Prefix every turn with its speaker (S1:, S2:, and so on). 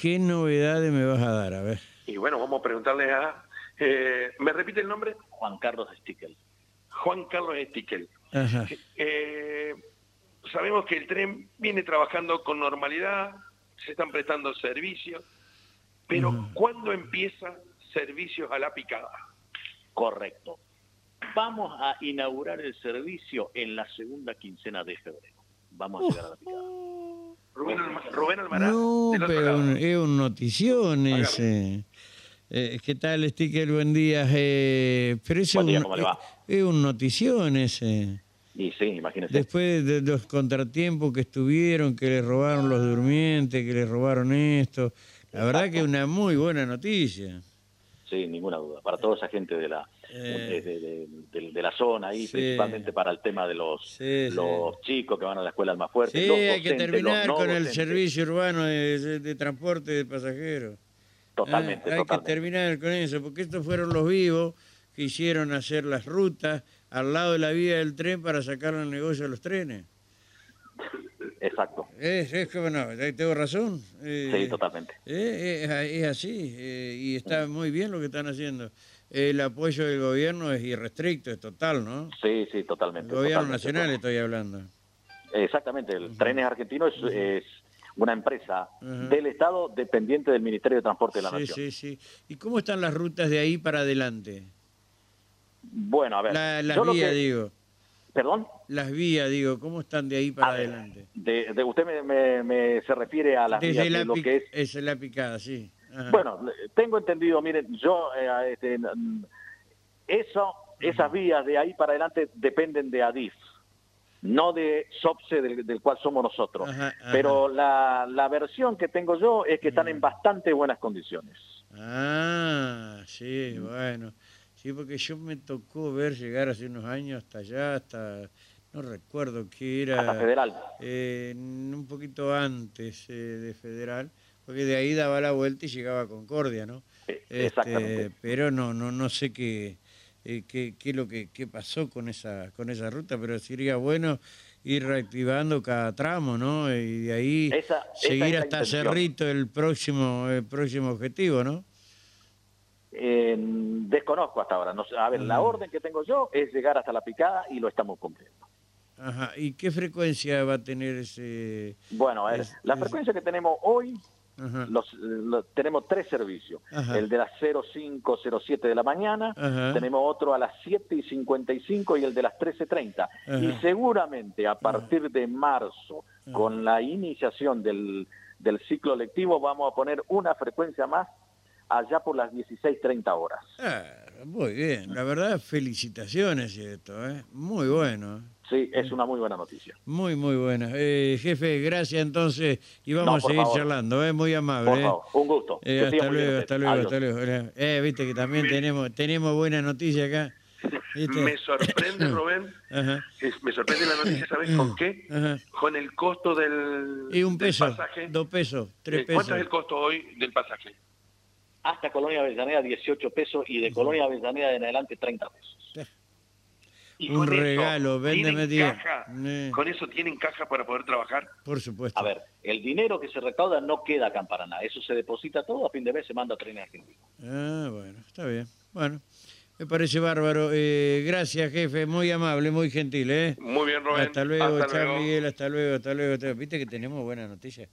S1: ¿Qué novedades me vas a dar? A ver.
S2: Y bueno, vamos a preguntarle a... eh, ¿Me repite el nombre?
S3: Juan Carlos Stickel.
S2: Juan Carlos Stickel.
S1: Ajá.
S2: Eh, sabemos que el tren viene trabajando con normalidad, se están prestando servicios, pero ¿cuándo empieza servicios a la picada?
S3: Correcto. Vamos a inaugurar el servicio en la segunda quincena de febrero. Vamos a llegar a la picada.
S2: Rubén, Alma- Rubén Almaraz,
S1: No,
S2: del otro
S1: pero
S2: lado.
S1: un- es un notición
S2: Acá.
S1: ese. Eh, ¿Qué tal, Sticker? Buen día. Eh, pero ese
S3: Buen
S1: es
S3: día,
S1: un- eh,
S3: ¿cómo le va?
S1: es- es un notición ese.
S3: Y sí, imagínense.
S1: Después de los contratiempos que estuvieron, que les robaron los durmientes, que les robaron esto. La verdad que es una muy buena noticia.
S3: Sin ninguna duda. Para toda esa gente de la,
S1: Eh.
S3: de, de- de- de la zona ahí,
S1: Sí.
S3: principalmente para el tema de los,
S1: Sí, sí.
S3: los chicos que van a la escuela más fuerte.
S1: Sí,
S3: los
S1: hay que
S3: docentes, los
S1: terminar
S3: no
S1: con el
S3: docentes.
S1: servicio urbano de, de- de transporte de pasajeros.
S3: Totalmente,
S1: Ah, hay que
S3: totalmente.
S1: terminar con eso, porque estos fueron los vivos que hicieron hacer las rutas al lado de la vía del tren para sacar el negocio a los trenes.
S3: Exacto.
S1: Es, es como no, eh, tengo razón. eh,
S3: Sí, totalmente.
S1: eh, es, a- es así, eh, y
S3: Mm.
S1: está muy bien lo que están haciendo. El apoyo del gobierno es irrestricto, es total, ¿no?
S3: Sí, sí,
S1: El
S3: totalmente.
S1: gobierno
S3: totalmente.
S1: nacional estoy hablando.
S3: Exactamente, el Trenes Argentino es, es una empresa
S1: Ujú.
S3: del Estado dependiente del Ministerio de Transporte de la
S1: Sí, sí,
S3: Nación.
S1: sí. ¿Y cómo están las rutas de ahí para adelante?
S3: Bueno, a ver,
S1: La-
S3: yo
S1: las
S3: lo
S1: vías,
S3: que-
S1: digo.
S3: perdón,
S1: Las vías, digo, ¿cómo están de ahí para
S3: A ver,
S1: adelante?
S3: de, de- usted me, me- me- se refiere a las
S1: Desde
S3: vías de
S1: la,
S3: lo
S1: pic- Ah.
S3: que es.
S1: es la picada, sí. Ajá.
S3: Bueno, tengo entendido, miren, yo eh, este, mm, eso, esas vías de ahí para adelante dependen de Adif, no de SOPSE del, del cual somos nosotros.
S1: Ajá, ajá.
S3: Pero la, la versión que tengo yo es que están en bastante buenas condiciones.
S1: Ah, sí, bueno. Sí, porque yo me tocó ver llegar hace unos años hasta allá, hasta, no recuerdo qué
S3: Hasta
S1: era,
S3: federal.
S1: eh, un poquito antes eh, de Federal, porque de ahí daba la vuelta y llegaba a Concordia, ¿no?
S3: Eh,
S1: Este,
S3: Exactamente.
S1: pero no, no, no sé qué, eh, qué, qué es lo que qué pasó con esa, con esa ruta, pero sería bueno ir reactivando cada tramo, ¿no? Y de ahí
S3: Esa- esa es
S1: seguir
S3: la
S1: hasta
S3: intención.
S1: Cerrito el próximo, el próximo objetivo, ¿no?
S3: Eh, desconozco hasta ahora. No sé, a ver,
S1: mm.
S3: la orden que tengo yo es llegar hasta la picada y lo estamos cumpliendo.
S1: Ajá. ¿Y qué frecuencia va a tener ese?
S3: Bueno, a ver,
S1: Es-
S3: la
S1: es-
S3: frecuencia que tenemos hoy,
S1: Ajá.
S3: los, lo- tenemos tres servicios.
S1: Ajá.
S3: El de las 05, 07 de la mañana,
S1: Ajá.
S3: tenemos otro a las 7 y 55 y el de las 13.30.
S1: Ajá.
S3: Y seguramente a partir de marzo, con la iniciación del, del ciclo lectivo, vamos a poner una frecuencia más allá por las 16.30 horas.
S1: Ah, muy bien. La verdad, felicitaciones y esto, ¿eh? Muy bueno.
S3: Sí, es una muy buena noticia.
S1: Muy, muy buena. Eh, jefe, gracias entonces y vamos
S3: No,
S1: a
S3: por
S1: seguir
S3: favor.
S1: charlando, ¿eh? Muy amable.
S3: Por
S1: ¿eh?
S3: favor, un gusto.
S1: Eh,
S3: Que siga
S1: hasta
S3: muy bien
S1: luego,
S3: usted.
S1: hasta luego,
S3: Adiós.
S1: hasta luego. Hola. Eh, viste que también tenemos tenemos buena noticia acá. ¿Viste?
S2: Me sorprende, Rubén,
S1: Ajá.
S2: es- me sorprende la noticia, ¿sabes con qué?
S1: Ajá.
S2: Con el costo del,
S1: Y un
S2: del
S1: peso,
S2: pasaje.
S1: dos pesos, tres
S2: Eh, ¿Cuánto
S1: pesos.
S2: es el costo hoy del pasaje?
S3: Hasta Colonia Avellaneda 18 pesos y de Colonia Avellaneda en adelante 30 pesos.
S2: Y
S1: Un
S2: con eso,
S1: regalo, véndeme 10.
S2: ¿tienen caja?
S1: Eh.
S2: ¿Con eso tienen caja para poder trabajar?
S1: Por supuesto.
S3: A ver, el dinero que se recauda no queda acá en Paraná. Eso se deposita todo, a fin de mes se manda a Trenes Argentinos.
S1: Ah, bueno, está bien. Bueno, me parece bárbaro. Eh, gracias, jefe, muy amable, muy gentil, ¿eh?
S2: Muy bien, Rubén.
S1: Hasta luego,
S2: Hasta
S1: chao,
S2: luego.
S1: Miguel, hasta luego, hasta luego. hasta luego. Viste que tenemos buena noticia.